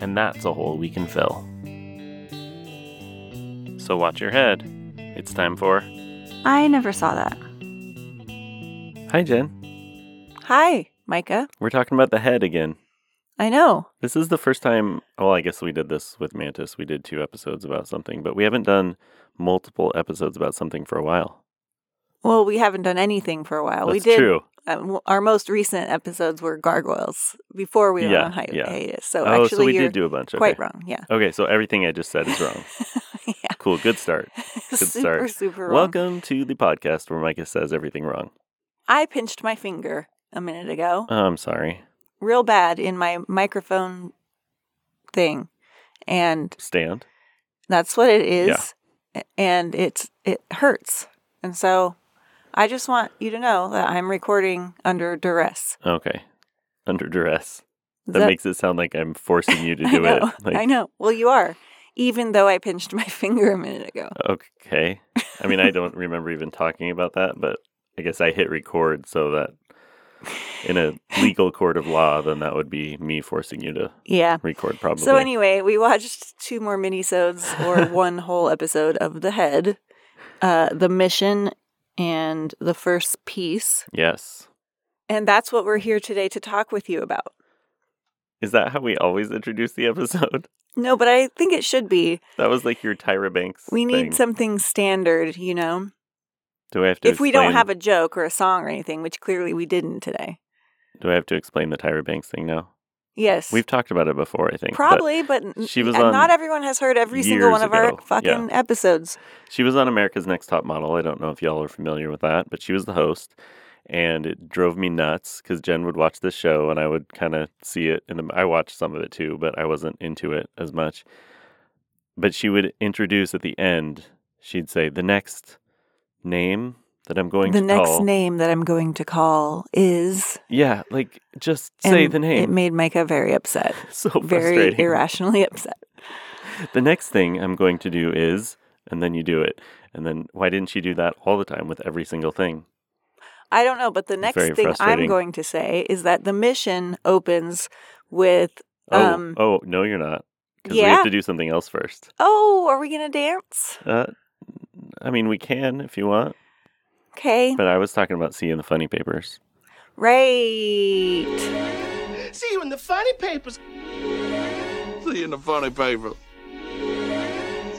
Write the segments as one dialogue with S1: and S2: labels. S1: and that's a hole we can fill. So watch your head. It's time for.
S2: I never saw that.
S1: Hi, Jen.
S2: Hi, Micah.
S1: We're talking about the head again.
S2: I know.
S1: This is the first time. Well, I guess we did this with Mantis. We did two episodes about something, but we haven't done multiple episodes about something for a while.
S2: Well, we haven't done anything for a while.
S1: That's
S2: we did.
S1: true.
S2: Um, our most recent episodes were gargoyles before we went
S1: Yeah,
S2: on hi-
S1: yeah.
S2: hiatus. So
S1: oh,
S2: actually,
S1: so we
S2: you're
S1: did do a bunch. Okay.
S2: quite wrong. Yeah.
S1: Okay, so everything I just said is wrong.
S2: yeah.
S1: cool. Good start.
S2: super,
S1: start.
S2: super wrong.
S1: Welcome to the podcast where Micah says everything wrong.
S2: I pinched my finger a minute ago.
S1: Oh, I'm sorry.
S2: real bad in my microphone thing and
S1: Stand.
S2: that's what it is and it's it hurts and so i just want you to know that i'm recording under duress
S1: Okay. Under duress.
S2: Is
S1: That, makes it sound like I'm forcing you to
S2: I
S1: do
S2: know,
S1: it. Like,
S2: i know well you are even though i pinched my finger a minute ago
S1: Uh, Okay. I mean, I don't remember even talking about that, but I guess I hit record so that in a legal court of law, then that would be me forcing you to
S2: yeah
S1: record probably.
S2: so anyway we watched two more minisodes or one whole episode of the head uh, the mission and the first piece
S1: Yes.
S2: and that's what we're here today to talk with you about
S1: Is that how we always introduce the episode?
S2: No, but I think it should be.
S1: That was like your Tyra Banks.
S2: We need
S1: thing.
S2: something standard, you know?
S1: Do I have to
S2: if we don't
S1: explain-
S2: have a joke or a song or anything, which clearly we didn't today.
S1: Do I have to explain the Tyra Banks thing now?
S2: Yes.
S1: We've talked about it before, I think. but
S2: Probably, but, n-
S1: she was
S2: n-
S1: on
S2: not everyone has heard every single one
S1: years
S2: of our
S1: ago.
S2: fucking episodes.
S1: She was on America's Next Top Model. I don't know if y'all are familiar with that, but she was the host. And it drove me nuts because Jen would watch this show and I would kind of see it. And I watched some of it too, but I wasn't into it as much. But she would introduce at the end, she'd say, The next name that I'm going
S2: The
S1: to
S2: next
S1: call.
S2: name that I'm going to call is.
S1: Yeah, like just say
S2: and
S1: the
S2: It
S1: name.
S2: made Micah very upset,
S1: so
S2: very
S1: frustrating.
S2: irrationally upset.
S1: the next thing I'm going to do is, and then you do it. And then why didn't she do that all the time with every single thing?
S2: I don't know, but the next
S1: Very
S2: thing I'm
S1: frustrating.
S2: going to say is that the mission opens with.
S1: Oh,
S2: Um,
S1: oh no, you're not. Because we
S2: Yeah.
S1: have to do something else first.
S2: Oh, are we going to dance?
S1: Uh, I mean, we can if you want,
S2: Okay.
S1: but I was talking about seeing the funny papers.
S2: Right.
S3: See you in the funny papers. See you in the funny papers.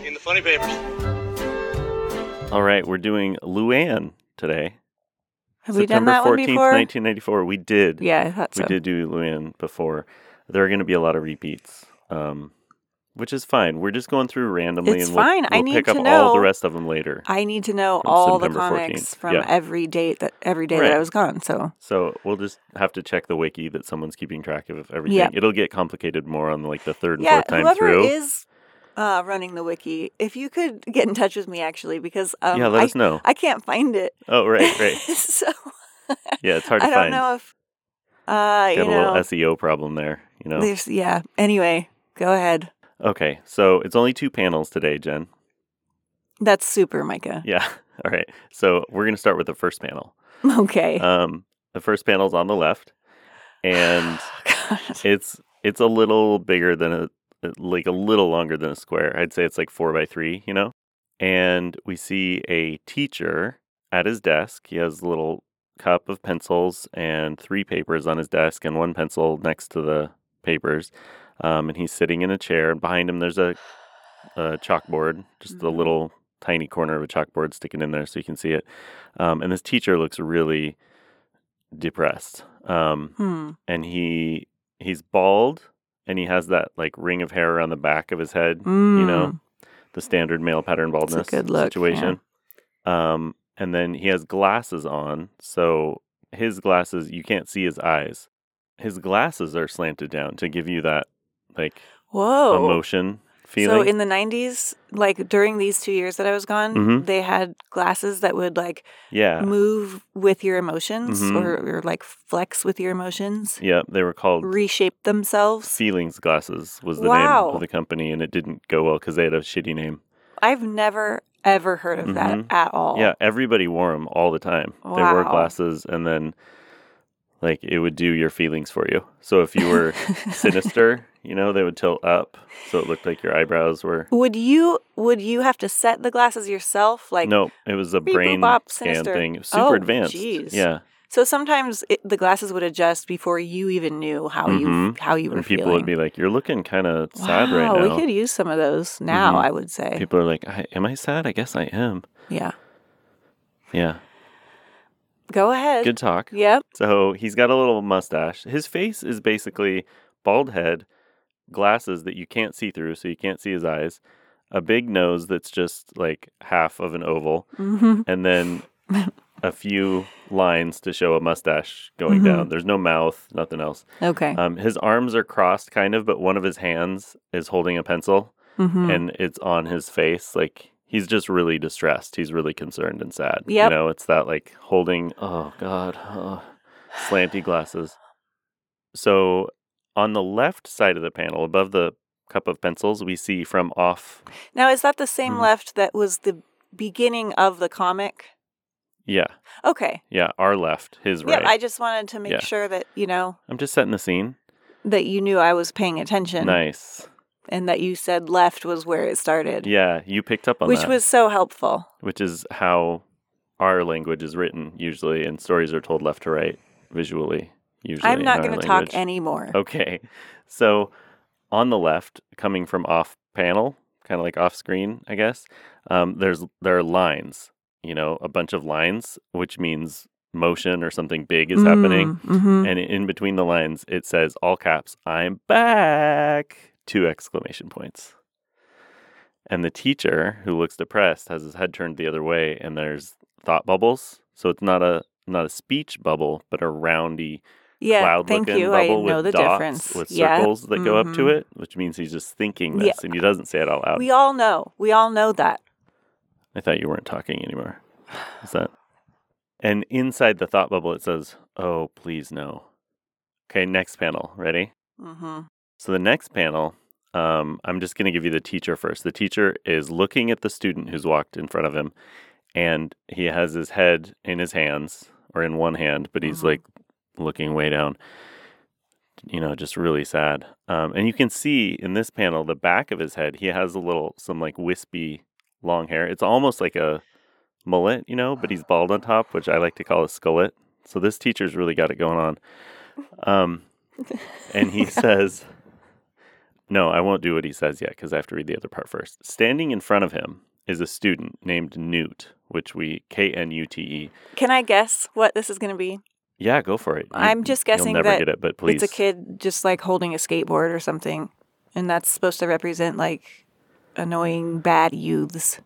S4: in the funny papers.
S1: All right, we're doing Luann today.
S2: Have we done
S1: September
S2: that one before?
S1: 1994. We did.
S2: Yeah, I thought
S1: we
S2: so.
S1: did do Luann before. There are going to be a lot of repeats, um, which is fine. We're just going through randomly
S2: It's
S1: and we'll,
S2: fine. I
S1: we'll
S2: need
S1: pick up
S2: to
S1: all the
S2: know-
S1: rest of them later.
S2: I need to know
S1: From
S2: all the
S1: September 14th,
S2: comics from
S1: yeah.
S2: every date that every day
S1: Right.
S2: that I was gone. So
S1: So we'll just have to check the wiki that someone's keeping track of everything.
S2: Yeah.
S1: It'll get complicated more on like the third and
S2: yeah,
S1: fourth time
S2: whoever
S1: through.
S2: is uh, running the wiki, if you could get in touch with me actually, because um,
S1: yeah, let
S2: I,
S1: us know.
S2: I can't find it.
S1: oh, right, right.
S2: so
S1: Yeah, it's hard
S2: I
S1: to
S2: don't
S1: find.
S2: know if uh,
S1: Got
S2: you
S1: a little
S2: know,
S1: SEO problem there, you know.
S2: there's yeah. Anyway, go ahead.
S1: Okay, so it's only two panels today, Jen.
S2: That's super, Micah.
S1: Yeah. All right. So we're going to start with the first panel.
S2: Okay.
S1: Um, the first panel's on the left, and
S2: God.
S1: it's it's a little bigger than a uh, like a little longer than a square. I'd say it's like four by three, you know. And we see a teacher at his desk. He has a little cup of pencils and three papers on his desk and one pencil next to the papers. Um, and he's sitting in a chair. And behind him, there's a, a chalkboard, just a
S2: Mhm.
S1: little tiny corner of a chalkboard sticking in there so you can see it. Um, and this teacher looks really depressed. Um,
S2: Hmm.
S1: and he he's bald and he has that like ring of hair around the back of his head you know
S2: Mm.
S1: the standard male pattern baldness
S2: good look,
S1: situation um and then he has glasses on so his glasses you can't see his eyes his glasses are slanted down to give you that like
S2: Whoa.
S1: emotion feeling.
S2: Oh, So in the 90s, like during these two years that I was gone,
S1: Mhm.
S2: they had glasses that would like
S1: yeah.
S2: move with your emotions
S1: Mhm.
S2: or, or like flex with your emotions,
S1: Yeah. They were called
S2: reshape themselves.
S1: Feelings Glasses was the
S2: Wow.
S1: name of the company, and it didn't go well because they had a shitty name.
S2: I've never ever heard of that
S1: Mhm.
S2: at all.
S1: Yeah, everybody wore them all the time. They wore
S2: Wow.
S1: glasses, and then like it would do your feelings for you. So if you were sinister, you know, they would tilt up, so it looked like your eyebrows were.
S2: Would you would you have to set the glasses yourself? Like
S1: no, it was a
S2: beep, boop,
S1: brain
S2: bop,
S1: scan
S2: sinister.
S1: thing. It was Super
S2: Oh,
S1: advanced.
S2: jeez.
S1: Yeah,
S2: so sometimes it, the glasses would adjust before you even knew how you
S1: Mhm.
S2: how you were
S1: and people
S2: feeling.
S1: would be like, "You're looking kind of sad right
S2: Wow,
S1: now."
S2: We could use some of those now.
S1: Mhm.
S2: I would say.
S1: People are like, I, "Am I sad? I guess I am."
S2: yeah.
S1: Yeah,
S2: Go ahead.
S1: good talk.
S2: Yep.
S1: So he's got a little mustache. His face is basically bald head, glasses that you can't see through, so you can't see his eyes, a big nose that's just like half of an oval,
S2: hmm
S1: and then a few lines to show a mustache going
S2: Mhm.
S1: down. There's no mouth, nothing else.
S2: Okay.
S1: Um, his arms are crossed kind of, but one of his hands is holding a pencil
S2: hmm
S1: and it's on his face. Like he's just really distressed. He's really concerned and sad.
S2: Yep.
S1: You know, it's that like holding, oh God, oh, slanty glasses. So on the left side of the panel, above the cup of pencils, we see from off.
S2: now is that the same
S1: Mhm.
S2: left that was the beginning of the comic?
S1: Yeah.
S2: Okay.
S1: Yeah. Our left, his
S2: Yeah.
S1: right.
S2: I just wanted to make
S1: Yeah.
S2: sure that you know
S1: I'm just setting the scene.
S2: that you knew I was paying attention
S1: Nice.
S2: and that you said left was where it started,
S1: Yeah. You picked up on
S2: which
S1: that.
S2: was so helpful.
S1: which is how our language is written usually, and stories are told left to right visually. Usually,
S2: I'm not
S1: going to
S2: talk anymore.
S1: Okay, so on the left, coming from off panel, kind of like off screen, I guess. Um, there's there are lines, you know, a bunch of lines, which means motion or something big is happening.
S2: Mm-hmm.
S1: And in between the lines, it says all caps, I'm back, two exclamation points. And the teacher who looks depressed has his head turned the other way and there's thought bubbles. So it's not a not a speech bubble, but a roundy
S2: Yeah.
S1: cloud
S2: thank
S1: looking
S2: you. I
S1: bubble
S2: know
S1: with
S2: the
S1: dots
S2: difference.
S1: with
S2: yeah.
S1: circles that go up to
S2: Mhm.
S1: it, which means he's just thinking
S2: Yeah.
S1: this and he doesn't say it out loud.
S2: We all know. We all know that.
S1: I thought you weren't talking anymore. Is that? And inside the thought bubble it says, Oh, please no. Okay, next panel. Ready?
S2: Mm-hmm.
S1: So the next panel, um, I'm just going to give you the teacher first. The teacher is looking at the student who's walked in front of him, and he has his head in his hands or in one hand, but he's
S2: Mhm.
S1: like looking way down. You know, just really sad. Um, and you can see in this panel the back of his head. He has a little, some like wispy long hair. It's almost like a mullet, you know, but he's bald on top, which I like to call a skullet. So this teacher's really got it going on. Um, and he says, No, I won't do what he says yet because I have to read the other part first. Standing in front of him is a student named Newt, which we K N U T E.
S2: Can I guess what this is going to be?
S1: Yeah, go for it. You-
S2: I'm just guessing
S1: You'll never
S2: that
S1: get it, but please.
S2: It's a kid just like holding a skateboard or something, and that's supposed to represent like annoying bad youths.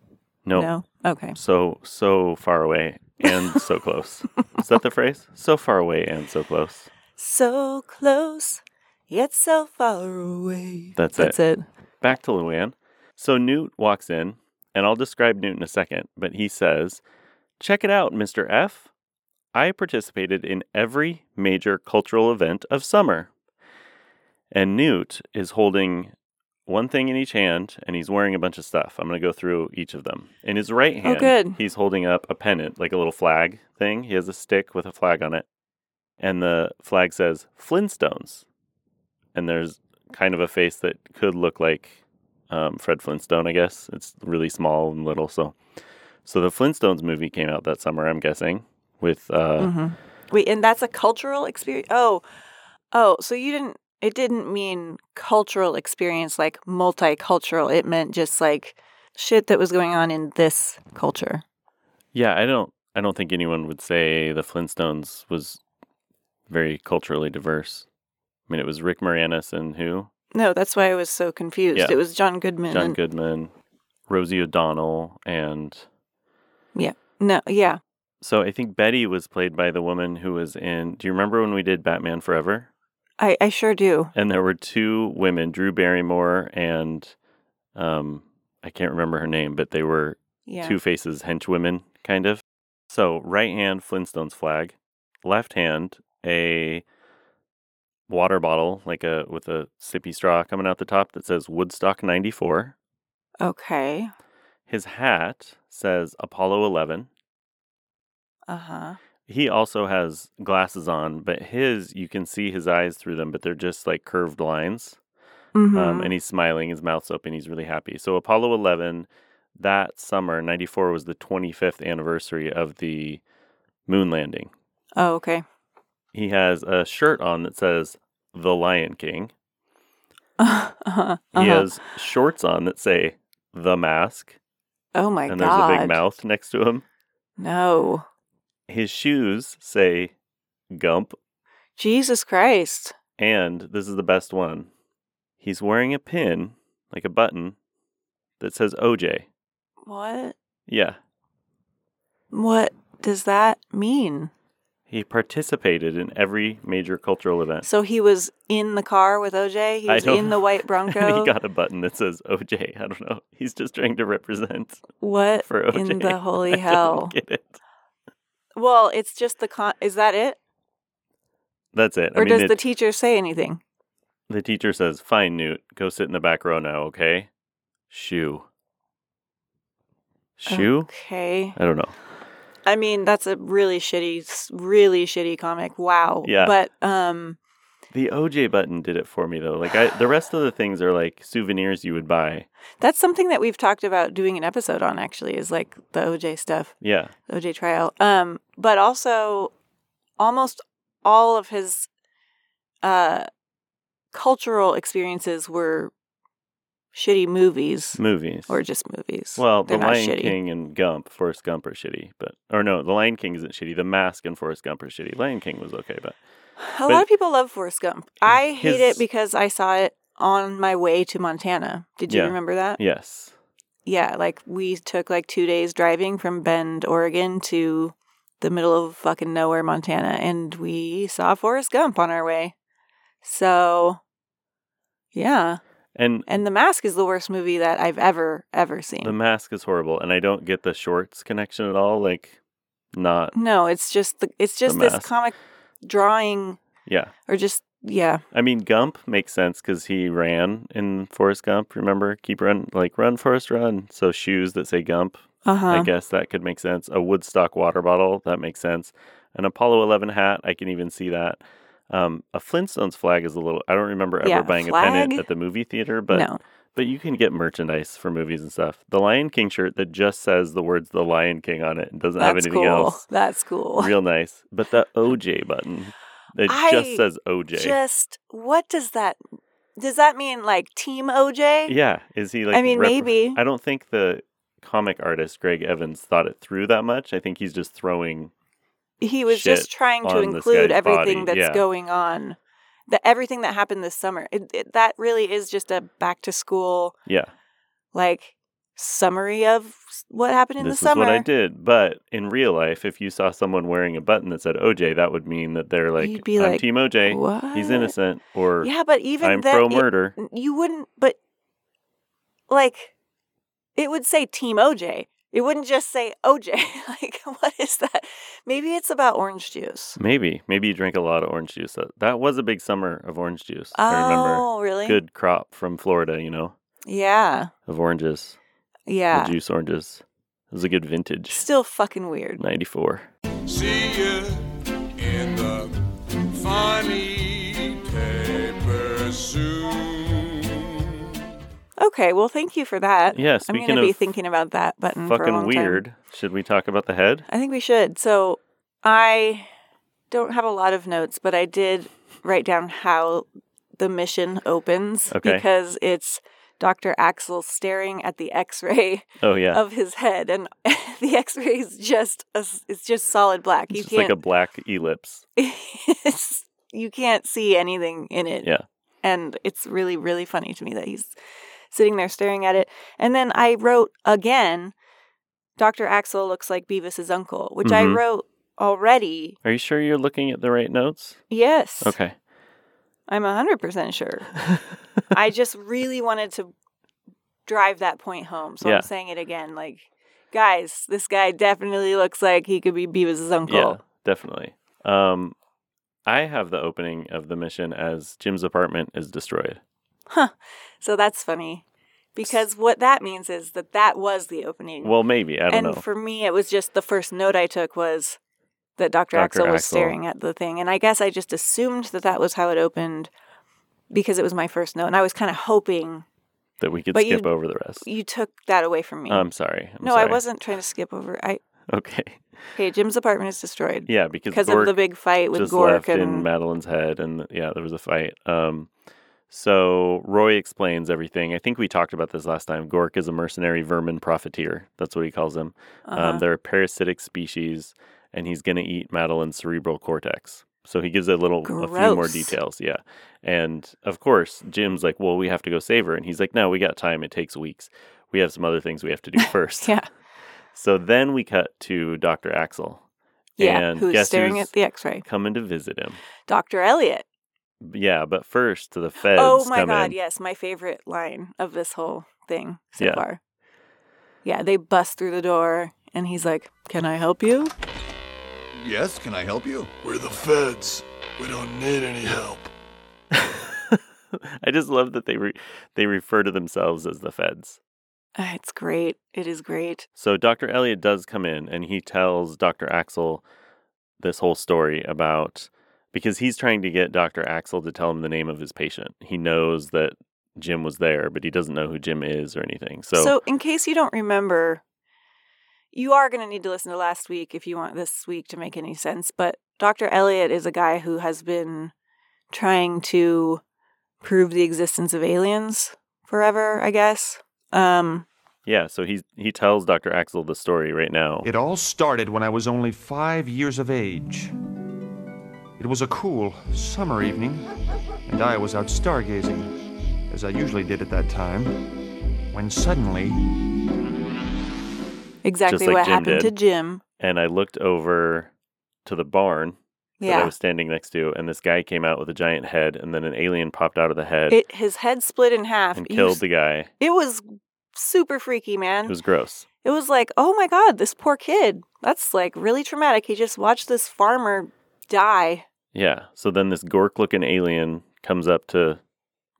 S1: No,
S2: No. Okay.
S1: so so far away and so close. Is that the phrase? So far away and so close.
S2: So close, yet so far away.
S1: That's it.
S2: That's it.
S1: Back to Luann. So Newt walks in, and I'll describe Newt in a second, but he says, Check it out, Mr. F. I participated in every major cultural event of summer. And Newt is holding one thing in each hand, and he's wearing a bunch of stuff. I'm going to go through each of them. In his right hand,
S2: good.
S1: he's holding up a pennant, like a little flag thing. He has a stick with a flag on it, and the flag says Flintstones. And there's kind of a face that could look like um, Fred Flintstone, I guess. It's really small and little. So, so the Flintstones movie came out that summer, I'm guessing, with uh,
S2: hmm Wait, and that's a cultural experience. Oh, oh. So you didn't. It didn't mean cultural experience like multicultural. It meant just like shit that was going on in this culture.
S1: Yeah, I don't I don't think anyone would say the Flintstones was very culturally diverse. I mean, it was Rick Moranis and who?
S2: No, that's why I was so confused.
S1: Yeah.
S2: It was John Goodman.
S1: John
S2: and-
S1: Goodman, Rosie O'Donnell, and
S2: No, yeah.
S1: so I think Betty was played by the woman who was in. Do you remember when we did Batman Forever?
S2: I, I sure do.
S1: And there were two women, Drew Barrymore and Um, I can't remember her name, but they were
S2: Yeah.
S1: Two Faces henchwomen, kind of. So, right hand, Flintstones flag. Left hand, a water bottle, like a with a sippy straw coming out the top that says Woodstock 94.
S2: Okay.
S1: His hat says Apollo 11.
S2: Uh
S1: um,
S2: huh.
S1: He also has glasses on, but his, you can see his eyes through them, but they're just like curved lines.
S2: hmm
S1: um, and he's smiling, his mouth's open, he's really happy. So Apollo 11, that summer, 94 was the 25th anniversary of the moon landing.
S2: oh, okay.
S1: He has a shirt on that says The Lion King.
S2: Uh-huh. uh-huh.
S1: He has shorts on that say The Mask,
S2: Oh my
S1: and there's
S2: god.
S1: a big mouth next to him.
S2: No.
S1: His shoes say Gump,
S2: Jesus Christ.
S1: and this is the best one. He's wearing a pin, like a button, that says OJ.
S2: What?
S1: Yeah.
S2: What does that mean?
S1: He participated in every major cultural event.
S2: So he was in the car with OJ. He
S1: I
S2: was
S1: don't-
S2: in the white
S1: And
S2: Bronco.
S1: he got a button that says OJ. I don't know. He's just trying to represent
S2: what
S1: for OJ.
S2: in the
S1: I
S2: holy
S1: don't
S2: hell?
S1: get it.
S2: Well, it's just the con. Is that it?
S1: That's it.
S2: Or
S1: I mean,
S2: does
S1: it-
S2: the teacher say anything?
S1: the teacher says, "Fine, Newt, go sit in the back row now, okay?" Shoe. Shoe?
S2: Okay.
S1: I don't know.
S2: I mean, that's a really shitty, s- really shitty comic. Wow.
S1: Yeah.
S2: But um,
S1: The OJ button did it for me though. Like I, the rest of the things are like souvenirs you would buy.
S2: that's something that we've talked about doing an episode on. Actually, is like the OJ stuff,
S1: Yeah.
S2: the OJ trial. Um, but also, almost all of his uh cultural experiences were shitty movies
S1: Movies.
S2: or just movies.
S1: well,
S2: they're
S1: The
S2: not
S1: Lion
S2: shitty.
S1: King and Gump, Forrest Gump are shitty, but or no, The Lion King isn't shitty. The Mask and Forrest Gump are shitty. Lion King was okay, but
S2: A
S1: But-
S2: lot of people love Forrest Gump. I hate
S1: His-
S2: it because I saw it on my way to Montana. Did you
S1: Yeah.
S2: remember that?
S1: yes,
S2: Yeah, like we took like two days driving from Bend, Oregon to the middle of fucking nowhere, Montana, and we saw Forrest Gump on our way. So, yeah.
S1: and
S2: And The Mask is the worst movie that I've ever, ever seen.
S1: The Mask is horrible, and I don't get the shorts connection at all. Like, not
S2: no, it's just the, it's just this
S1: Mask.
S2: comic drawing
S1: yeah.
S2: or just yeah.
S1: I mean, Gump makes sense because he ran in Forrest Gump. Remember, keep run like run Forrest run. So shoes that say Gump, I
S2: Uh-huh.
S1: guess that could make sense. A Woodstock water bottle that makes sense. An Apollo Eleven hat, I can even see that. Um, a Flintstones flag is a little. I don't remember ever
S2: Yeah,
S1: buying a
S2: flag?
S1: pennant at the movie theater, but
S2: no.
S1: but you can get merchandise for movies and stuff. The Lion King shirt that just says the words "The Lion King" on it and doesn't have
S2: That's
S1: anything
S2: cool.
S1: else.
S2: That's cool.
S1: Real nice. But the OJ button, it
S2: I
S1: just says OJ.
S2: Just what does that does that mean like team OJ?
S1: Yeah, is he like?
S2: I mean,
S1: rep-
S2: maybe.
S1: I don't think the comic artist Greg Evans thought it through that much. I think he's just throwing.
S2: He was just
S1: shit
S2: trying to
S1: on this
S2: include
S1: guy's
S2: everything
S1: body,
S2: that's
S1: yeah.
S2: going on. The everything that happened this summer. It, it, that really is just a back to school
S1: Yeah,
S2: like summary of what happened in
S1: this
S2: the summer.
S1: is what I did. But in real life, if you saw someone wearing a button that said OJ, that would mean that they're like,
S2: You'd be
S1: "I'm
S2: like,
S1: Team OJ.
S2: What?
S1: He's innocent," or
S2: Yeah, but even
S1: "I'm
S2: then
S1: pro
S2: it-
S1: murder."
S2: you wouldn't but like it would say team oj it wouldn't just say oj like what is that maybe it's about orange juice
S1: Maybe, maybe you drink a lot of orange juice. That, that was a big summer of orange juice. I remember
S2: oh really
S1: good crop from Florida. You know,
S2: yeah
S1: of oranges,
S2: yeah
S1: the juice oranges. It was a good vintage,
S2: still fucking weird
S1: '94.
S5: See you in the funny paper soon.
S2: okay well thank you for that
S1: Yeah,
S2: i'm
S1: speaking
S2: gonna be
S1: of
S2: thinking about that button for a
S1: fucking
S2: long
S1: weird. Should we talk about the head?
S2: time. i think we should so i don't have a lot of notes but i did write down how the mission opens
S1: Okay.
S2: because it's dr axel staring at the x-ray
S1: Oh yeah,
S2: of his head, and the X-ray is just a, it's just solid black. You
S1: it's just
S2: can't
S1: like a black ellipse.
S2: it's, you can't see anything in it.
S1: Yeah.
S2: and it's really really funny to me that he's sitting there staring at it. And then I wrote again, Doctor Axel looks like Beavis's uncle, which I
S1: Mhm.
S2: wrote already.
S1: Are you sure you're looking at the right notes?
S2: Yes,
S1: Okay.
S2: I'm hundred percent sure. I just really wanted to drive that point home. So
S1: Yeah.
S2: I'm saying it again. Like, guys, this guy definitely looks like he could be Beavis' uncle.
S1: Yeah, definitely. Um, I have the opening of the mission as Jim's apartment is destroyed.
S2: So that's funny. Because what that means is that that was the opening.
S1: Well, maybe I don't
S2: and
S1: know.
S2: for me, it was just the first note I took was that Dr.
S1: Dr.
S2: Axel was
S1: Axel.
S2: staring at the thing. And I guess I just assumed that that was how it opened because it was my first note. And I was kind of hoping
S1: that we could
S2: but you-
S1: skip over the rest.
S2: you took that away from me.
S1: I'm sorry. Um, I'm
S2: no, I
S1: sorry.
S2: wasn't trying to skip over. I
S1: Okay.
S2: Okay, Jim's apartment is destroyed
S1: Yeah, because
S2: because of
S1: Gork
S2: the big fight with
S1: just
S2: Gork
S1: left in
S2: and
S1: Madeline's head, and yeah, there was a fight. Um, so Roy explains everything. I think we talked about this last time. Gork is a mercenary vermin profiteer. That's what he calls him.
S2: uh-huh.
S1: Um, they're a parasitic species, and he's going to eat Madeline's cerebral cortex. So he gives a little, a few more
S2: Gross.
S1: details. Yeah. And of course, Jim's like, well, we have to go save her. And he's like, no, we got time. It takes weeks. We have some other things we have to do first.
S2: yeah,
S1: So then we cut to Dr. Axel
S2: yeah,
S1: and
S2: who's
S1: guess
S2: staring
S1: who's-
S2: at the X-ray?
S1: coming to visit him.
S2: Dr. Elliot.
S1: Yeah. But first, the feds
S2: oh my
S1: come
S2: god,
S1: in.
S2: yes, my favorite line of this whole thing so
S1: Yeah.
S2: far. Yeah, they bust through the door and he's like, "Can I help you?"
S6: Yes, can I help you?
S7: We're the feds. We don't need any help.
S1: I just love that they, re- they refer to themselves as the feds.
S2: Ah, it's great. It is great.
S1: So Dr. Elliot does come in and he tells Dr. Axel this whole story about because he's trying to get Dr. Axel to tell him the name of his patient. He knows that Jim was there, but he doesn't know who Jim is or anything. So,
S2: So, in case you don't remember, you are going to need to listen to last week if you want this week to make any sense. But Dr. Elliot is a guy who has been trying to prove the existence of aliens forever, I guess. Um,
S1: yeah, so he he tells Dr. Axel the story right now.
S8: It all started when I was only five years of age. It was a cool summer evening, and I was out stargazing, as I usually did at that time, when suddenly.
S2: exactly
S1: like
S2: what
S1: Jim
S2: happened to
S1: did.
S2: Jim.
S1: And I looked over to the barn that I
S2: Yeah.
S1: was standing next to and this guy came out with a giant head and then an alien popped out of the head
S2: It, his head split in half.
S1: and
S2: You
S1: killed
S2: s-
S1: the guy.
S2: it was super freaky, man.
S1: It was gross.
S2: it was like, oh my God, this poor kid. That's like really traumatic. He just watched this farmer die.
S1: Yeah. So then this gork looking alien comes up to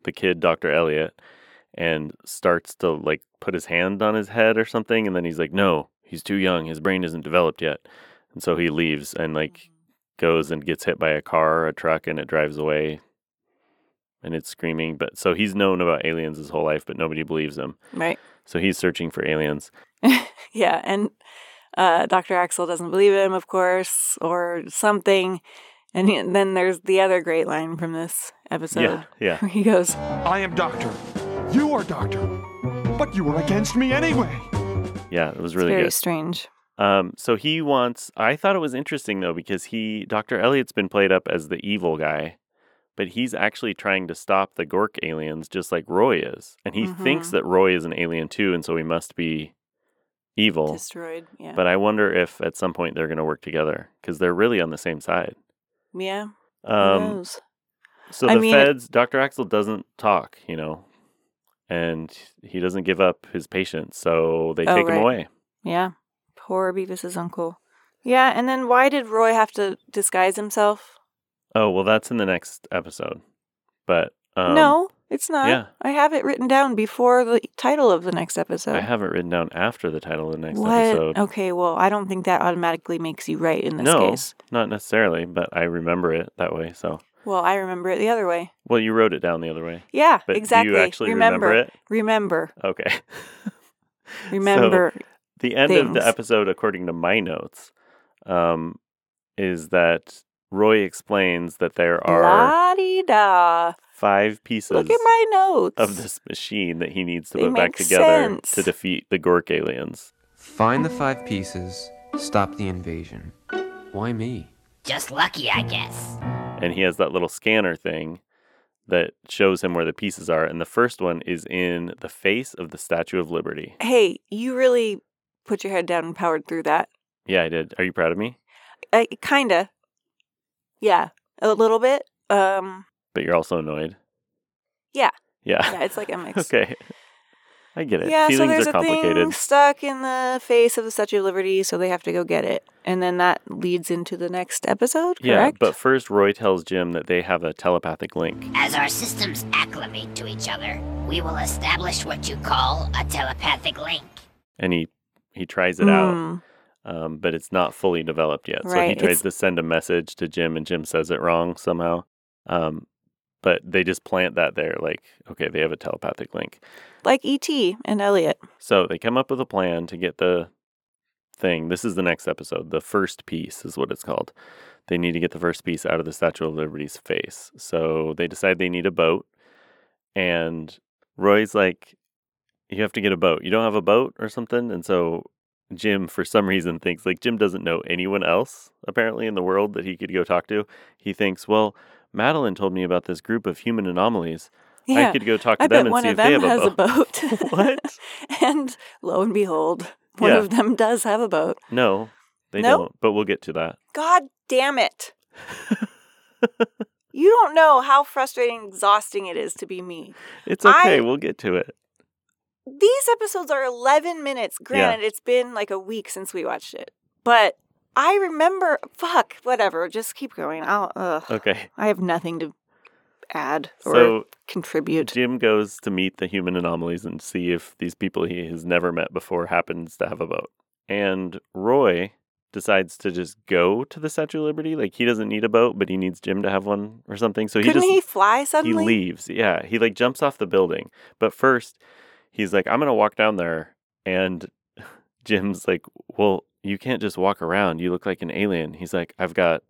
S1: the kid, Dr. Elliot, and starts to like put his hand on his head or something. And then he's like, no, he's too young. His brain isn't developed yet. And so he leaves and like
S2: Mm-hmm.
S1: goes and gets hit by a car, a truck, and it drives away. And it's screaming. But so he's known about aliens his whole life, but nobody believes him.
S2: Right.
S1: So he's searching for aliens.
S2: Yeah, and uh, Dr. Axel doesn't believe him, of course, or something. And he- then there's the other great line from this episode
S1: Yeah. Yeah.
S2: where he goes,
S8: I am doctor. You are doctor. But you were against me anyway.
S1: Yeah. It was really
S2: very
S1: good.
S2: strange.
S1: Um, so he wants. I thought it was interesting though because he, Doctor Elliot's been played up as the evil guy, but he's actually trying to stop the Gork aliens, just like Roy is, and he thinks
S2: Mhm.
S1: that Roy is an alien too, and so he must be evil.
S2: Destroyed. Yeah.
S1: But I wonder if at some point they're going to work together because they're really on the same side.
S2: yeah. Who
S1: Um,
S2: knows?
S1: so the
S2: I mean-
S1: feds, Doctor Axel doesn't talk, you know, and he doesn't give up his patient, so they
S2: Oh,
S1: take him
S2: right.
S1: away.
S2: Yeah. Poor Beavis's uncle. Yeah. And then why did Roy have to disguise himself?
S1: Oh well, that's in the next episode, but um,
S2: no, it's not.
S1: yeah.
S2: I have it written down before the title of the next episode.
S1: I have it written down after the title of the next
S2: what? Oh.
S1: episode.
S2: Okay, well, I don't think that automatically makes you right in this
S1: no,
S2: case.
S1: not necessarily, but I remember it that way. So,
S2: Well, I remember it the other way.
S1: well, you wrote it down the other way.
S2: Yeah,
S1: But do you
S2: exactly.
S1: actually
S2: remember,
S1: remember it?
S2: Remember.
S1: Okay.
S2: Remember.
S1: the end of the
S2: Things.
S1: episode, according to my notes, um, is that Roy explains that there are
S2: La di da.
S1: five pieces
S2: Look at my notes.
S1: of this machine that he needs to
S2: They
S1: put back
S2: make
S1: together to
S2: sense.
S1: defeat the Gork aliens.
S9: Find the five pieces, stop the invasion. Why me?
S10: Just lucky, I guess.
S1: and he has that little scanner thing that shows him where the pieces are and the first one is in the face of the statue of liberty
S2: Hey, you really put your head down and powered through that.
S1: yeah i did are you proud of me
S2: I, kinda. Yeah, a little bit. Um,
S1: but you're also annoyed
S2: Yeah.
S1: yeah,
S2: yeah, it's like a mix.
S1: okay I get it.
S2: Yeah, so
S1: Feelings
S2: there's
S1: are
S2: a thing
S1: complicated.
S2: stuck in the face of the Statue of Liberty, so they have to go get it, and then that leads into the next episode.
S1: Yeah,
S2: Correct?
S1: but first Roy tells Jim that they have a telepathic link.
S10: As our systems acclimate to each other, we will establish what you call a telepathic link.
S1: and he he tries it
S2: Hmm.
S1: out, um, but it's not fully developed yet. So he
S2: Right,
S1: tries
S2: it's-
S1: to send a message to Jim, and Jim says it wrong somehow. Um, but they just plant that there, like okay, they have a telepathic link.
S2: like E.T. and Elliot.
S1: So they come up with a plan to get the thing. This is the next episode. The first piece is what it's called. They need to get the first piece out of the Statue of Liberty's face. So they decide they need a boat. And Roy's like, You have to get a boat. You don't have a boat or something. And so Jim, for some reason, thinks like Jim doesn't know anyone else apparently in the world that he could go talk to. He thinks, Well, Madeline told me about this group of human anomalies.
S2: Yeah,
S1: I could go talk to
S2: I
S1: them
S2: bet
S1: and
S2: one
S1: see
S2: of
S1: if they
S2: them
S1: have
S2: has
S1: a boat. what?
S2: and lo and behold, one
S1: Yeah.
S2: of them does have a boat.
S1: No, they
S2: No?
S1: don't. But we'll get to that.
S2: God damn it. you don't know how frustrating and exhausting it is to be me.
S1: It's okay.
S2: I-
S1: We'll get to it.
S2: These episodes are 11 minutes. Granted, it's been like a week since we watched it, but I remember. Fuck, whatever. Just keep going. I'll, ugh.
S1: Okay.
S2: I have nothing to add or
S1: So
S2: contribute.
S1: Jim goes to meet the human anomalies and see if these people he has never met before happens to have a boat. And Roy decides to just go to the Statue of Liberty. Like he doesn't need a boat, but he needs Jim to have one or something. So he
S2: Couldn't
S1: just
S2: he fly
S1: he
S2: suddenly?
S1: leaves. Yeah, he like jumps off the building. But first, he's like, "I'm gonna walk down there," and Jim's like, "Well, you can't just walk around. You look like an alien." He's like, "I've got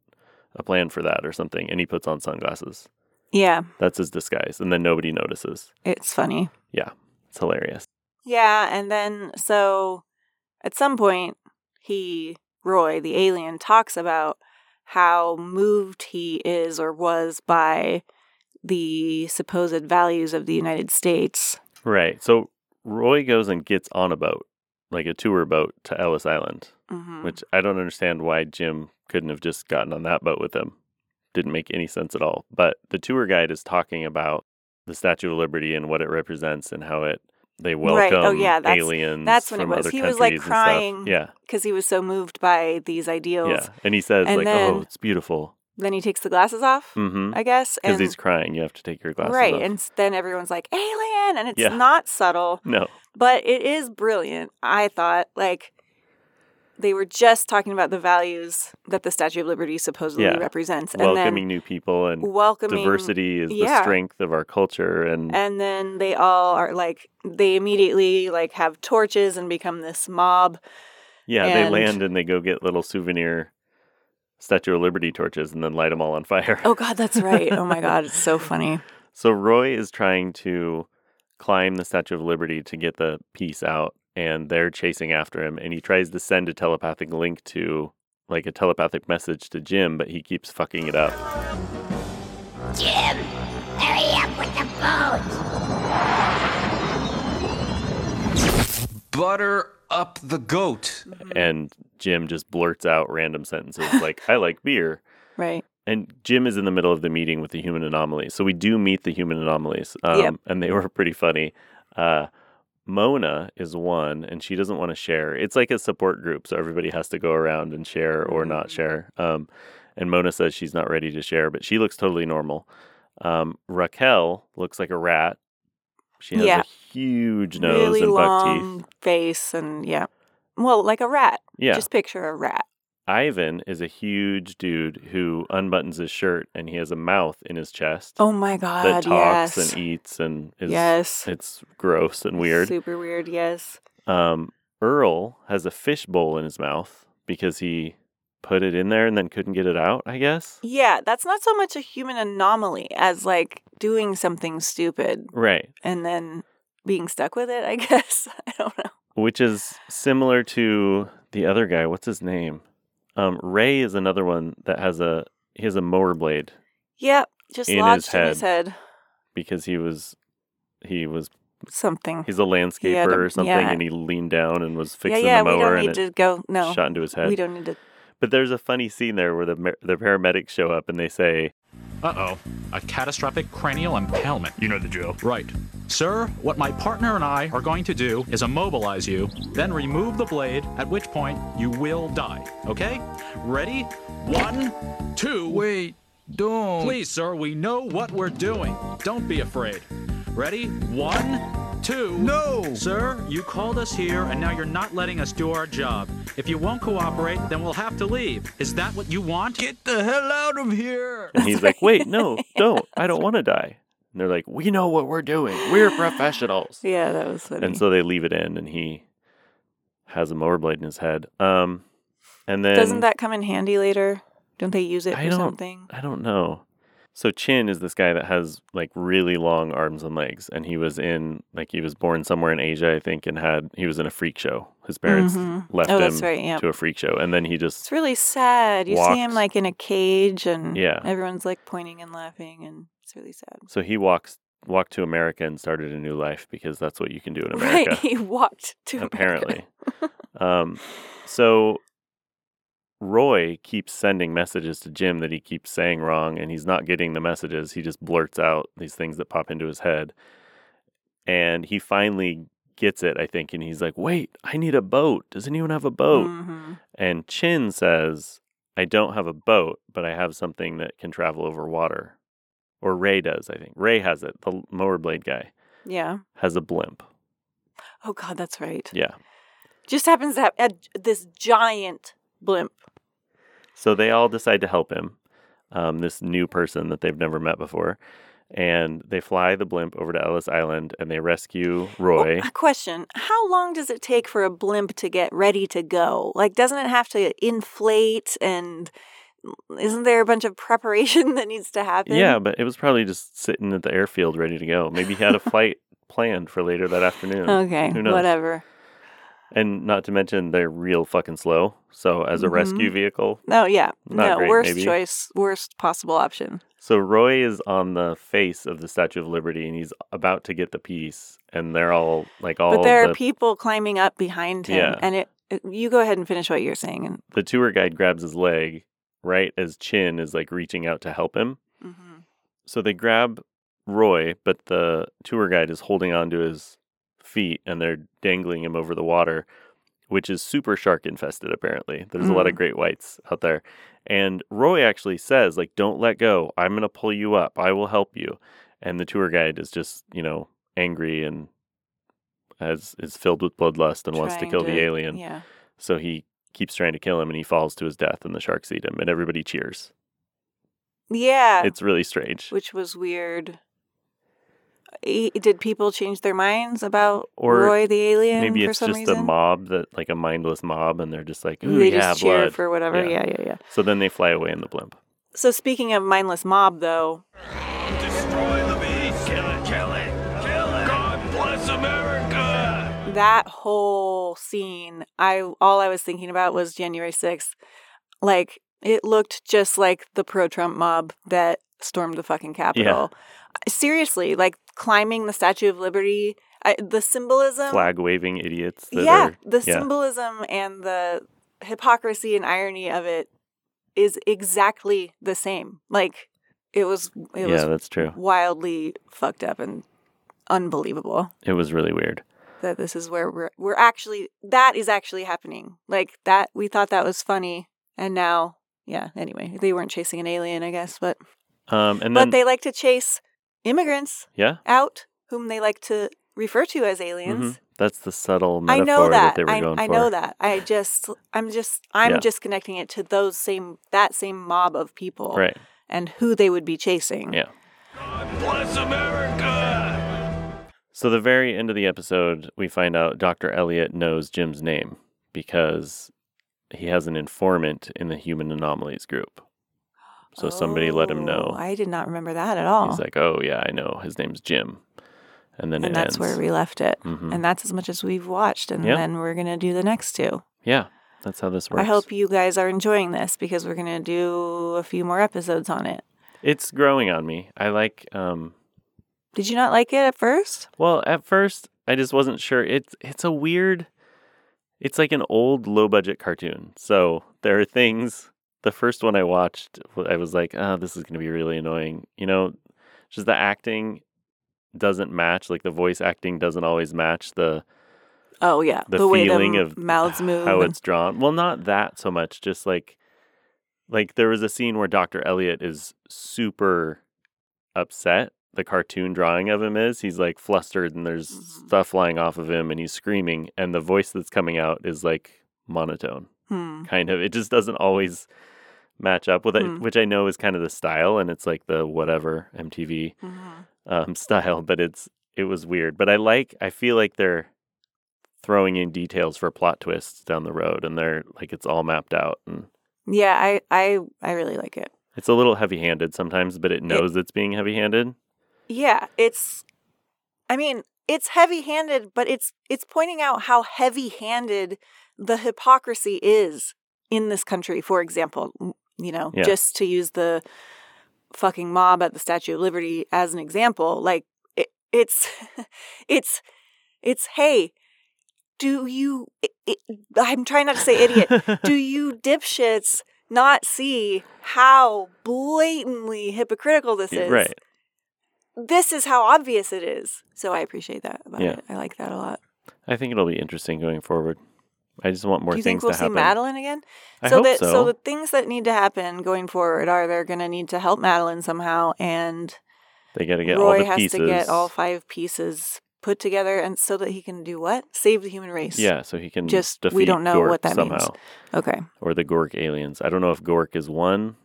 S1: a plan for that or something," and he puts on sunglasses.
S2: yeah,
S1: That's his disguise, and then nobody notices.
S2: it's funny.
S1: Yeah, it's hilarious.
S2: Yeah, and then so at some point he Roy the alien talks about how moved he is or was by the supposed values of the United States.
S1: Right. So Roy goes and gets on a boat, like a tour boat to Ellis Island,
S2: Mhm.
S1: which I don't understand why Jim couldn't have just gotten on that boat with him. Didn't make any sense at all. But the tour guide is talking about the Statue of Liberty and what it represents and how it they
S2: Right.
S1: welcome
S2: Oh, yeah, that's-
S1: aliens.
S2: that's when it
S1: from
S2: was.
S1: Other
S2: He was, like,
S1: countries and stuff.
S2: crying
S1: Yeah.
S2: Because he was so moved by these ideals.
S1: Yeah. And he says
S2: And
S1: like,
S2: then-
S1: Oh, it's beautiful.
S2: Then he takes the glasses off,
S1: Mm-hmm.
S2: I guess.
S1: Because
S2: and-
S1: he's crying, you have to take your glasses
S2: right.
S1: off.
S2: And s- then everyone's like, alien. And it's
S1: Yeah.
S2: not subtle.
S1: no.
S2: but it is brilliant. I thought like they were just talking about the values that the Statue of Liberty supposedly
S1: Yeah.
S2: represents, and
S1: Welcoming new people and
S2: then welcoming
S1: diversity is the
S2: yeah.
S1: strength of our culture and
S2: And then they all are like they immediately like have torches and become this mob.
S1: yeah they
S2: and-
S1: land and they go get little souvenir statue of liberty torches and then light them all on fire
S2: Oh God, that's right. oh my God, it's so funny.
S1: so roy is trying to climb the statue of liberty to get the piece out and they're chasing after him and he tries to send a telepathic link to like a telepathic message to jim but he keeps fucking it up
S10: Jim, hurry up with the boat!
S9: Butter up the goat.
S2: Mm-hmm.
S1: and jim just blurts out random sentences like i like beer
S2: Right.
S1: And Jim is in the middle of the meeting with the human anomalies. So we do meet the human anomalies. Um,
S2: Yep.
S1: And they were pretty funny. Uh, Mona is one, and she doesn't want to share. It's like a support group. So everybody has to go around and share or
S2: Mm-hmm.
S1: not share. Um, and Mona says she's not ready to share, but she looks totally normal. Um, Raquel looks like a rat. She has
S2: Yeah.
S1: a huge nose
S2: really
S1: and buck
S2: long
S1: teeth.
S2: face and yeah. Well, like a rat.
S1: Yeah.
S2: Just picture a rat.
S1: Ivan is a huge dude who unbuttons his shirt and he has a mouth in his chest.
S2: Oh my God.
S1: that talks
S2: yes.
S1: and eats and is
S2: yes.
S1: it's gross and weird.
S2: Super weird. Yes.
S1: Um, Earl has a fish bowl in his mouth because he put it in there and then couldn't get it out. I guess.
S2: Yeah, that's not so much a human anomaly as like doing something stupid
S1: Right,
S2: and then being stuck with it, I guess. I don't know.
S1: which is similar to the other guy. What's his name? Um, Ray is another one that has a he has a mower blade
S2: Yeah, just
S1: In his
S2: lodged in his head
S1: because he was he was
S2: something.
S1: he's a landscaper
S2: had a-
S1: or something
S2: yeah.
S1: and he leaned down and was fixing
S2: yeah, yeah,
S1: the
S2: we
S1: mower
S2: don't
S1: and
S2: need
S1: it
S2: to go. No,
S1: shot into his head.
S2: we don't need to.
S1: But there's a funny scene there where the mer- the paramedics show up and they say,
S11: Uh oh. A catastrophic cranial impalement.
S12: You know the drill.
S11: Right. Sir, what my partner and I are going to do is immobilize you, then remove the blade, at which point you will die. Okay? Ready? One, two.
S13: Wait, don't.
S11: Please, sir, we know what we're doing. Don't be afraid. Ready? One, two.
S13: No!
S11: Sir, you called us here and now you're not letting us do our job. If you won't cooperate, then we'll have to leave. Is that what you want?
S13: Get the hell out of here!
S1: And he's like, wait, no, don't. I don't want to die. And they're like, we know what we're doing. We're professionals.
S2: Yeah, that was funny.
S1: And so they leave it in and he has a mower blade in his head. Um, and then.
S2: Doesn't that come in handy later? Don't they use it
S1: I
S2: for
S1: don't-
S2: something?
S1: I don't know. So Chin is this guy that has like really long arms and legs, and he was in like he was born somewhere in Asia, I think, and had he was in a freak show. His parents
S2: Mhm.
S1: left
S2: Oh,
S1: him
S2: that's right, yeah.
S1: to a freak show, and then he just
S2: It's really sad. You see him
S1: Walks.
S2: like in a cage and
S1: Yeah.
S2: everyone's like pointing and laughing and it's really sad.
S1: so he walks walked to America and started a new life because that's what you can do in America.
S2: Right. He walked to
S1: apparently. um, so Roy keeps sending messages to Jim that he keeps saying wrong, and he's not getting the messages. He just blurts out these things that pop into his head, and he finally gets it, I think, and he's like, "Wait, I need a boat. Does anyone have a boat?"
S2: Mhm.
S1: And Chin says, "I don't have a boat, but I have something that can travel over water." Or Ray does, I think. Ray has it. The mower blade guy
S2: Yeah.
S1: has a blimp.
S2: Oh God, that's right.
S1: Yeah.
S2: Just happens to have a, this giant blimp.
S1: So they all decide to help him, um, this new person that they've never met before. And they fly the blimp over to Ellis Island and they rescue
S2: Oh,
S1: Roy.
S2: A question: How long does it take for a blimp to get ready to go? Like, doesn't it have to inflate and isn't there a bunch of preparation that needs to happen?
S1: yeah, but it was probably just sitting at the airfield ready to go. Maybe he had a flight planned for later that afternoon.
S2: Okay.
S1: Who knows?
S2: Whatever.
S1: And not to mention, they're real fucking slow. So, as a
S2: Mhm.
S1: rescue vehicle,
S2: No, yeah.
S1: Not
S2: no,
S1: great,
S2: worst
S1: maybe.
S2: choice, worst possible option.
S1: So Roy is on the face of the Statue of Liberty and he's about to get the piece and they're all like all
S2: but there
S1: the,
S2: are people climbing up behind him,
S1: Yeah.
S2: and it. it- You go ahead and finish what you're saying, and
S1: the tour guide grabs his leg right as Chin is like reaching out to help him. So they grab Roy, but the tour guide is holding on to his feet and they're dangling him over the water, which is super shark infested, apparently. There's a lot of
S14: Mm.
S1: great whites out there. And Roy actually says, like, don't let go. I'm going to pull you up. I will help you. And the tour guide is just, you know, angry and has is filled with bloodlust and wants to
S2: Trying
S1: kill
S2: to-
S1: the alien.
S2: yeah.
S1: So he keeps trying to kill him and he falls to his death and the sharks eat him and everybody cheers.
S2: yeah,
S1: It's really strange.
S2: which was weird. E- Did people change their minds about
S1: Or
S2: Roy the alien?
S1: Maybe
S2: for
S1: it's
S2: some
S1: just
S2: reason?
S1: a mob that like a mindless mob and they're just like, Ooh,
S2: They
S1: yeah,
S2: just cheer
S1: blood.
S2: for whatever. Yeah, yeah, yeah.
S1: So then they fly away in the blimp.
S2: So speaking of mindless mob, though,
S3: Destroy the beast. Kill it. Kill it. Kill it. God bless America.
S2: that whole scene, I all I was thinking about was January sixth. Like it looked just like the pro-Trump mob that stormed the fucking Capitol. Seriously, like climbing the Statue of Liberty. I, the symbolism
S1: Flag waving idiots. That
S2: Um, yeah,
S1: are,
S2: the
S1: yeah.
S2: symbolism and the hypocrisy and irony of it is exactly the same. Like it was,
S1: Yeah,
S2: it was
S1: that's true.
S2: Wildly fucked up and unbelievable
S1: It was really weird.
S2: that this is where we're we're actually that is actually happening. Like that we thought that was funny, and now yeah. Anyway, they weren't chasing an alien, I guess, but
S1: Um, and then
S2: but they like to chase immigrants
S1: yeah,
S2: out, whom they like to refer to as aliens.
S1: mhm. that's the subtle
S2: I
S1: Mm-hmm. metaphor
S2: know that.
S1: they were
S2: I,
S1: going
S2: I
S1: for.
S2: know that. I just, I'm just, I'm
S1: Yeah.
S2: just connecting it to those same, that same mob of people,
S1: Right.
S2: And who they would be chasing.
S1: Yeah.
S3: Bless America.
S1: So the very end of the episode, we find out Dr. Elliot knows Jim's name because he has an informant in the human anomalies group. So somebody let him know.
S2: Oh, I did not remember that at all.
S1: He's like, "Oh yeah, I know. His name's Jim." And then
S2: and
S1: it
S2: that's
S1: ends.
S2: where we left it.
S1: Mhm.
S2: And that's as much as we've watched. And
S1: Yeah.
S2: then we're gonna do the next two.
S1: Yeah, that's how this works.
S2: I hope you guys are enjoying this because we're gonna do a few more episodes on it.
S1: it's growing on me. I like. um
S2: Did you not like it at first?
S1: Well, at first, I just wasn't sure. It's it's a weird. It's like an old low budget cartoon. So there are things the first one I watched, I was like, oh, this is going to be really annoying. You know, just the acting doesn't match. Like the voice acting doesn't always match the
S2: Oh yeah,
S1: the,
S2: way the
S1: feeling of
S2: mouths move.
S1: how
S2: and-
S1: it's drawn. Well, not that so much. Just like like there was a scene where Doctor Elliot is super upset. The cartoon drawing of him is he's like flustered and there's
S2: Mm-hmm.
S1: stuff flying off of him and he's screaming and the voice that's coming out is like monotone
S2: Hmm.
S1: kind of. It just doesn't always match up with it,
S2: Hmm.
S1: which I know is kind of the style and it's like the whatever MTV
S2: Mhm.
S1: um, style, but it's it was weird. But I like I feel like they're throwing in details for plot twists down the road, and they're like it's all mapped out, and
S2: yeah, I I I really like it.
S1: it's a little heavy handed sometimes, but it knows it's being heavy handed.
S2: Yeah, it's I mean, it's heavy-handed, but it's it's pointing out how heavy-handed the hypocrisy is in this country, for example, m- you know,
S12: Yeah.
S2: just to use the fucking mob at the Statue of Liberty as an example, like it, it's it's it's hey, do you i i i'm trying not to say idiot do you dipshits not see how blatantly hypocritical this is
S1: Right.
S2: this is how obvious it is so i appreciate that about
S1: Yeah.
S2: it i like that a lot
S1: I think it'll be interesting going forward. I just want more
S2: do you
S1: things
S2: think we'll
S1: to
S2: see
S1: happen.
S2: madeline again
S1: I
S2: so
S1: hope
S2: that
S1: so.
S2: the things that need to happen going forward are they're going to need to help madeline somehow and
S1: They got to get all
S2: roy
S1: the
S2: has
S1: pieces.
S2: to get all five pieces put together and so that he can do what save the human race
S1: Yeah, so he can
S2: just
S1: defeat
S2: we don't know
S1: Gork
S2: what that
S1: somehow.
S2: means okay
S1: Or the Gork aliens. I don't know if Gork is one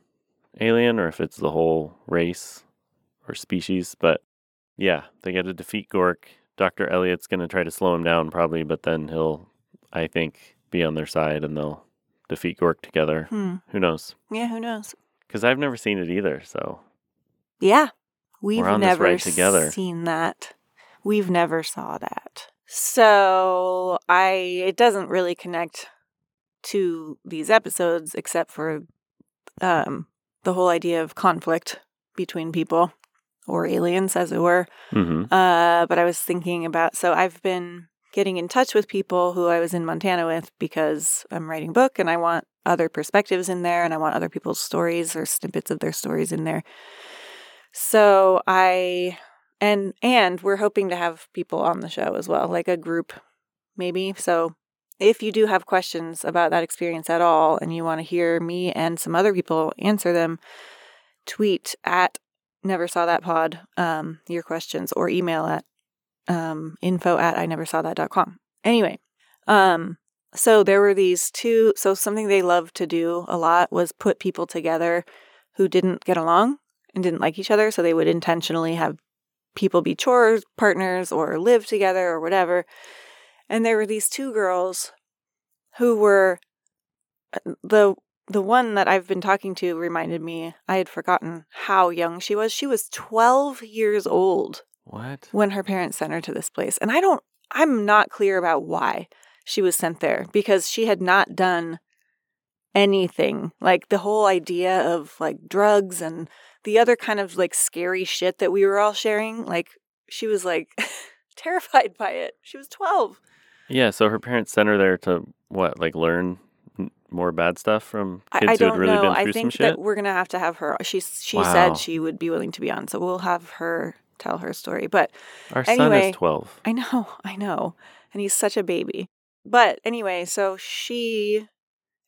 S1: alien or if it's the whole race or species, but yeah, they got to defeat Gork. Dr. Elliot's going to try to slow him down probably, but then he'll I think be on their side and they'll defeat Gork together.
S2: Hmm.
S1: Who knows?
S2: yeah who knows
S1: Cuz I've never seen it either, so
S2: Yeah. We've
S1: on this
S2: never
S1: ride together.
S2: seen that. We've never saw that. So I it doesn't really connect to these episodes except for um the whole idea of conflict between people or aliens as it were.
S1: Mhm.
S2: Uh but I was thinking about so I've been getting in touch with people who I was in Montana with because I'm writing a book and I want other perspectives in there and I want other people's stories or snippets of their stories in there. So I and and we're hoping to have people on the show as well, like a group maybe. So if you do have questions about that experience at all and you want to hear me and some other people answer them, tweet at never saw that pod um, your questions or email at um, info at i never saw that.com. Anyway, um, so there were these two. So something they loved to do a lot was put people together who didn't get along and didn't like each other. So they would intentionally have people be chores partners or live together or whatever. And there were these two girls who were uh, the the one that I've been talking to reminded me I had forgotten how young she was. She was 12 years old
S1: What?
S2: when her parents sent her to this place. And I don't, I'm not clear about why she was sent there because she had not done anything. Like the whole idea of like drugs and the other kind of like scary shit that we were all sharing, like she was like terrified by it. She was 12.
S1: Yeah, so her parents sent her there to what? Like learn n- more bad stuff from
S2: I,
S1: kids
S2: I
S1: who had
S2: don't
S1: really
S2: know.
S1: been
S2: I
S1: through some
S2: think
S1: shit.
S2: that we're gonna have to have her. She she
S1: Wow.
S2: said she would be willing to be on, so we'll have her tell her story. But
S1: Our son is
S2: anyway,
S1: 12.
S2: I know, I know, and he's such a baby. But anyway, so she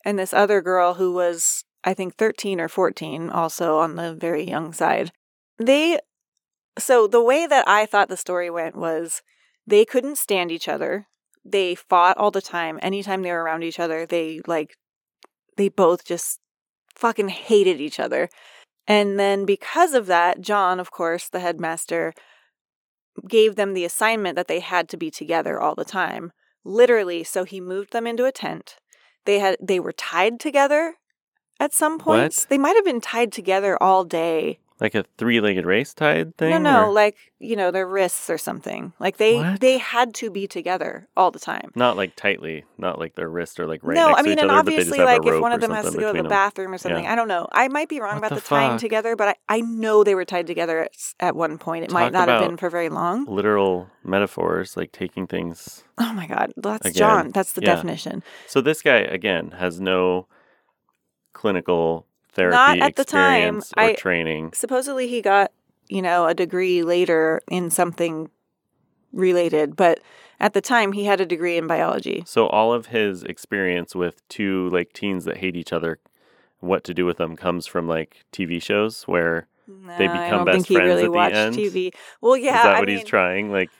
S2: and this other girl who was I think thirteen or fourteen, also on the very young side, they. So the way that I thought the story went was they couldn't stand each other. They fought all the time. Anytime they were around each other, they like they both just fucking hated each other. And then because of that, John, of course, the headmaster, gave them the assignment that they had to be together all the time. Literally, so he moved them into a tent. They had they were tied together at some points. They might have been tied together all day.
S1: Like a three-legged race tied thing?
S2: No, no,
S1: or-
S2: like, you know, their wrists or something. Like they
S1: What?
S2: they had to be together all the time.
S1: Not like tightly, not like their wrists are like right
S2: no,
S1: next
S2: I mean,
S1: to each
S2: and
S1: other, but they just
S2: obviously,
S1: have
S2: like
S1: a rope
S2: if one
S1: or
S2: of them has to
S1: something
S2: go to the
S1: between 'em.
S2: bathroom or something,
S1: Yeah.
S2: I don't know. I might be wrong about
S1: the
S2: the, tying
S1: fuck?
S2: together, but I, I know they were tied together at, s- at one point. It might
S1: Talk
S2: not have
S1: about
S2: been for very long.
S1: Literal metaphors, like taking things.
S2: Oh my God, that's
S1: again.
S2: John. That's the
S1: Yeah.
S2: definition.
S1: So this guy again has no clinical therapy
S2: Not at the time.
S1: experience or
S2: I-
S1: training.
S2: Supposedly he got, you know, a degree later in something related, but at the time he had a degree in biology.
S1: So all of his experience with two like teens that hate each other, what to do with them comes from like TV shows where they
S2: No,
S1: become
S2: I don't
S1: best
S2: think he
S1: friends
S2: really
S1: at
S2: watched
S1: the end.
S2: TV. Well, yeah,
S1: Is that
S2: I
S1: what
S2: mean,
S1: he's trying? Like,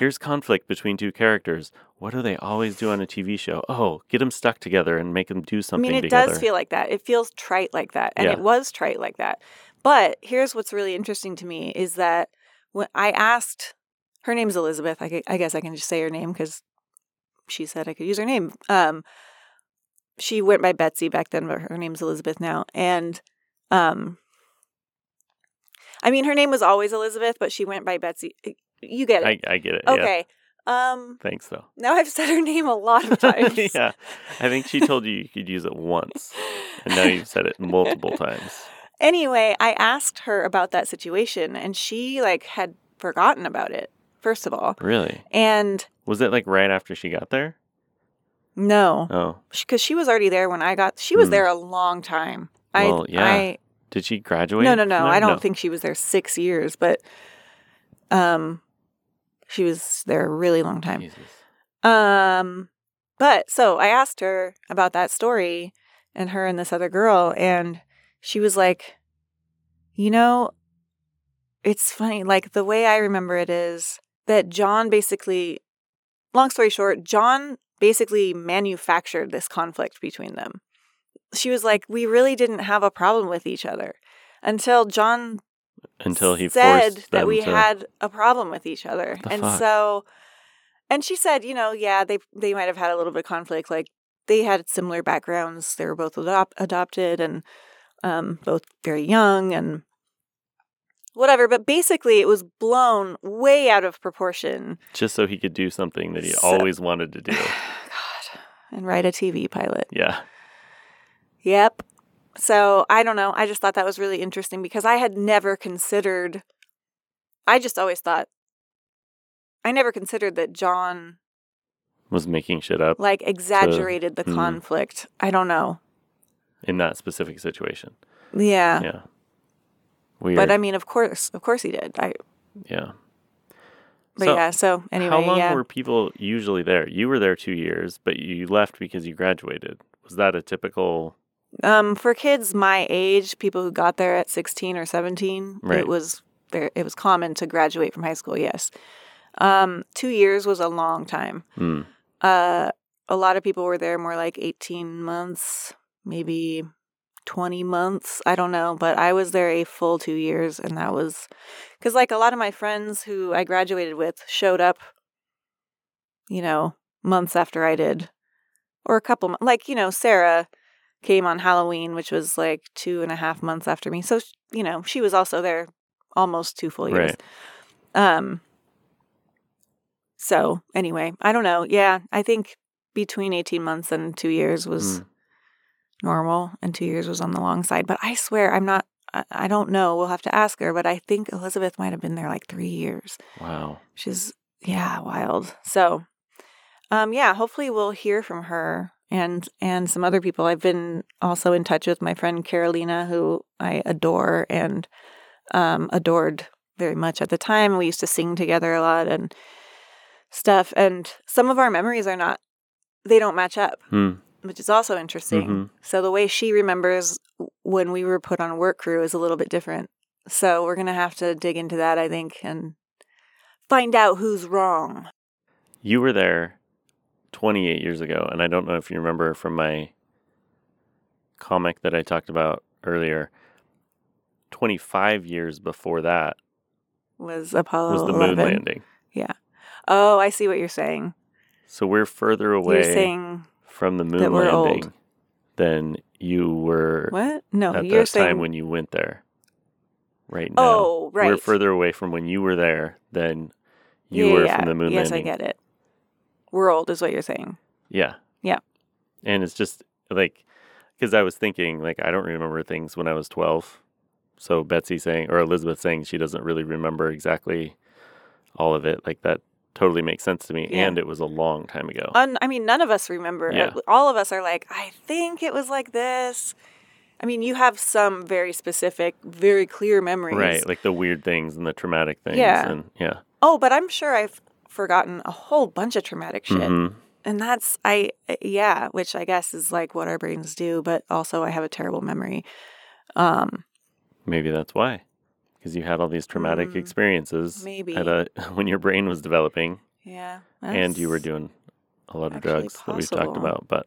S1: here's conflict between two characters. What do they always do on a TV show? Oh, get them stuck together and make them do
S2: I
S1: something
S2: mean, it
S1: together.
S2: does feel like that. It feels trite like that, and
S1: Yeah.
S2: it was trite like that. But here's what's really interesting to me is that when I asked, her name's Elizabeth. I, gu- I guess I can just say her name because she said I could use her name. Um, she went by Betsy back then, but her name's Elizabeth now. And um, I mean, her name was always Elizabeth, but she went by Betsy. You get
S1: I,
S2: it?
S1: I get it. yeah.
S2: okay. Um,
S1: Thanks, though.
S2: now I've said her name a lot of times.
S1: yeah. I think she told you you could use it once, and now you've said it multiple times.
S2: Anyway, I asked her about that situation and she like had forgotten about it, first of all.
S1: Really?
S2: And
S1: Was it like right after she got there?
S2: no,
S1: Oh,
S2: because she was already there when I got, she was
S1: Hmm.
S2: there a long time.
S1: well,
S2: I,
S1: yeah.
S2: I,
S1: Did she graduate?
S2: no, no, no.
S1: from
S2: I
S1: there?
S2: don't
S1: No.
S2: think she was there six years, but um, she was there a really long time. Um, but so I asked her about that story and her and this other girl, and she was like, you know, it's funny. Like the way I remember it is that John basically, long story short, John basically manufactured this conflict between them. She was like, we really didn't have a problem with each other until John
S1: until he
S2: said
S1: forced
S2: that
S1: them
S2: we
S1: to-
S2: had a problem with each other.
S1: the
S2: And
S1: fuck?
S2: so and she said, you know, yeah, they they might have had a little bit of conflict like they had similar backgrounds. They were both adop- adopted and um, both very young and whatever. But basically, it was blown way out of proportion
S1: just so he could do something that he
S2: So-
S1: always wanted to do.
S2: and write a TV pilot.
S1: Yeah.
S2: Yep. So I don't know. I just thought that was really interesting because I had never considered, I just always thought, I never considered that John
S1: Was making shit up.
S2: like
S1: to-
S2: exaggerated the
S1: Mm,
S2: conflict. I don't know.
S1: in that specific situation.
S2: Yeah.
S1: Yeah. Weird.
S2: But I mean, of course, of course he did. I,
S1: yeah.
S2: but
S1: So,
S2: yeah. So anyway,
S1: How long
S2: yeah.
S1: were people usually there? You were there two years, but you left because you graduated. Was that a typical?
S2: Um, for kids my age, people who got there at sixteen or seventeen,
S1: Right.
S2: it was there. It was common to graduate from high school. Yes, um, two years was a long time.
S1: Hmm.
S2: Uh, a lot of people were there more like eighteen months, maybe twenty months. I don't know, but I was there a full two years, and that was because like a lot of my friends who I graduated with showed up. You know, months after I did, or a couple mon- like you know Sarah came on Halloween, which was like two and a half months after me. So you know, she was also there almost two full years.
S1: Right.
S2: Um. So anyway, I don't know. Yeah, I think between eighteen months and two years was
S1: Mm.
S2: normal, and two years was on the long side. But I swear, I'm not. I- I don't know. We'll have to ask her. But I think Elizabeth might have been there like three years.
S1: Wow.
S2: She's yeah, wild. So um yeah, hopefully we'll hear from her and and some other people. I've been also in touch with my friend Carolina who I adore and um adored very much at the time. We used to sing together a lot and stuff and some of our memories are not they don't match up,
S1: Hmm.
S2: which is also interesting.
S1: Mhm.
S2: So the way she remembers when we were put on work crew is a little bit different. So we're going to have to dig into that I think and find out who's wrong.
S1: You were there 28 years ago, and I don't know if you remember from my comic that I talked about earlier. 25 years before that
S2: was Apollo
S1: was the
S2: 11.
S1: moon landing.
S2: Yeah. Oh, I see what you're saying.
S1: So we're further away
S2: saying
S1: from the moon
S2: that we're old.
S1: landing than you were
S2: What? No,
S1: at
S2: you're
S1: that time
S2: saying-
S1: when you went there. Right now.
S2: Oh,
S1: We're
S2: right.
S1: further away from when you were there than you
S2: Yeah,
S1: were
S2: yeah,
S1: from the moon
S2: yes,
S1: landing.
S2: I get it. We're old, is what you're saying.
S1: Yeah.
S2: Yeah.
S1: And it's just like, because I was thinking, like, I don't remember things when I was 12. So Betsy saying, or Elizabeth saying she doesn't really remember exactly all of it. Like, that totally makes sense to me.
S2: Yeah.
S1: And it was a long time ago.
S2: Un- I mean, none of us remember.
S1: Yeah.
S2: All of us are like, I think it was like this. I mean, you have some very specific, very clear memories.
S1: Right, like the weird things and the traumatic things.
S2: Yeah.
S1: And yeah.
S2: oh, but I'm sure I've forgotten a whole bunch of traumatic shit.
S1: Mhm.
S2: And that's, I, uh, yeah, which I guess is like what our brains do, but also I have a terrible memory. Um,
S1: Maybe that's why. Because you had all these traumatic experiences
S2: Mm, maybe.
S1: at a, when your brain was developing
S2: yeah.
S1: and you were doing a lot of drugs that we've talked
S2: possible.
S1: about. But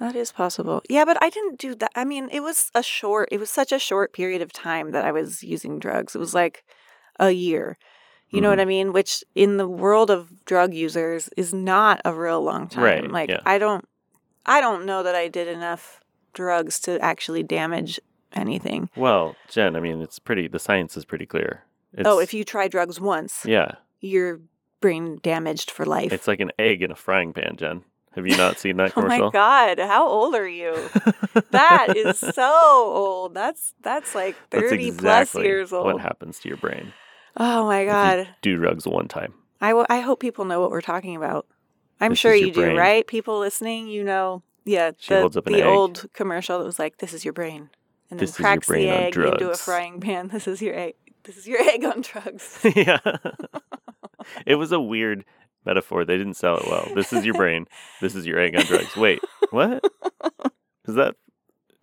S2: That is possible. Yeah, but I didn't do that. I mean, it was a short, it was such a short period of time that I was using drugs. It was like a year. You know what
S1: Mm-hmm.
S2: I mean? Which in the world of drug users is not a real long time.
S1: Right,
S2: Like
S1: yeah.
S2: I don't I don't know that I did enough drugs to actually damage anything.
S1: Well, Jen, I mean, it's pretty. The science is pretty clear. It's,
S2: oh, if you try drugs once,
S1: yeah,
S2: your brain damaged for life.
S1: it's like an egg in a frying pan, Jen. Have you not seen that
S2: Oh
S1: commercial?
S2: my god, how old are you? that is so old. That's that's like 30
S1: That's
S2: plus
S1: exactly
S2: years
S1: What
S2: old.
S1: happens to your brain?
S2: Oh my
S1: if you
S2: god.
S1: do drugs one time.
S2: I, w- I hope people know what we're talking about. I'm
S1: This
S2: sure
S1: is your
S2: you do,
S1: brain.
S2: right? People listening, you know. Yeah,
S1: She
S2: the,
S1: holds up an
S2: the
S1: egg.
S2: old commercial that was like, "This is your brain," and then
S1: This is your
S2: cracks
S1: brain
S2: the
S1: on
S2: egg into a
S1: drugs.
S2: frying pan. This is your egg. This is your egg on drugs.
S1: yeah. it was a weird metaphor. They didn't sell it well. This is your brain. This is your egg on drugs. Wait, what? Is that?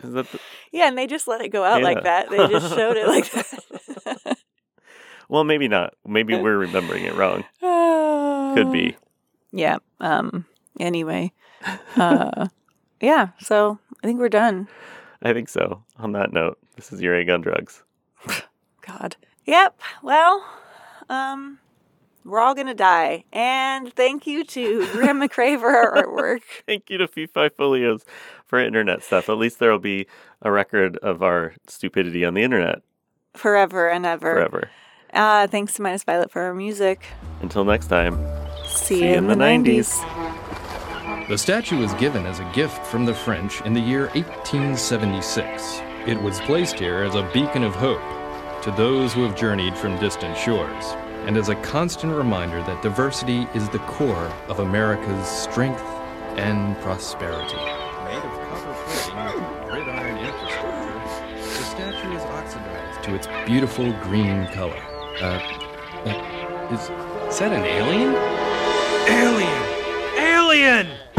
S1: Is that? The...
S2: Yeah, and they just let it go out
S1: Yeah.
S2: like that. They just showed it like that.
S1: Well, maybe not. Maybe we're remembering it wrong. Could be.
S2: Yeah. Um. Anyway. Uh. yeah. So I think we're done.
S1: I think so. On that note, this is your egg on drugs.
S2: God. Yep. Well, um, we're all gonna die. And thank you to Graham McRae for our artwork.
S1: Thank you to Fifi Folios for internet stuff. At least there will be a record of our stupidity on the internet
S2: Forever and ever.
S1: forever.
S2: Uh, thanks to Minus Violet for our music.
S1: Until next time.
S2: See, you in the 90s.
S12: The statue was given as a gift from the French in the year 1876. It was placed here as a beacon of hope to those who have journeyed from distant shores, and as a constant reminder that diversity is the core of America's strength and prosperity. Made of copper plating with gridiron infrastructure, the statue is oxidized to its beautiful green color. Uh, uh, is, is that an alien? Alien!
S14: Alien!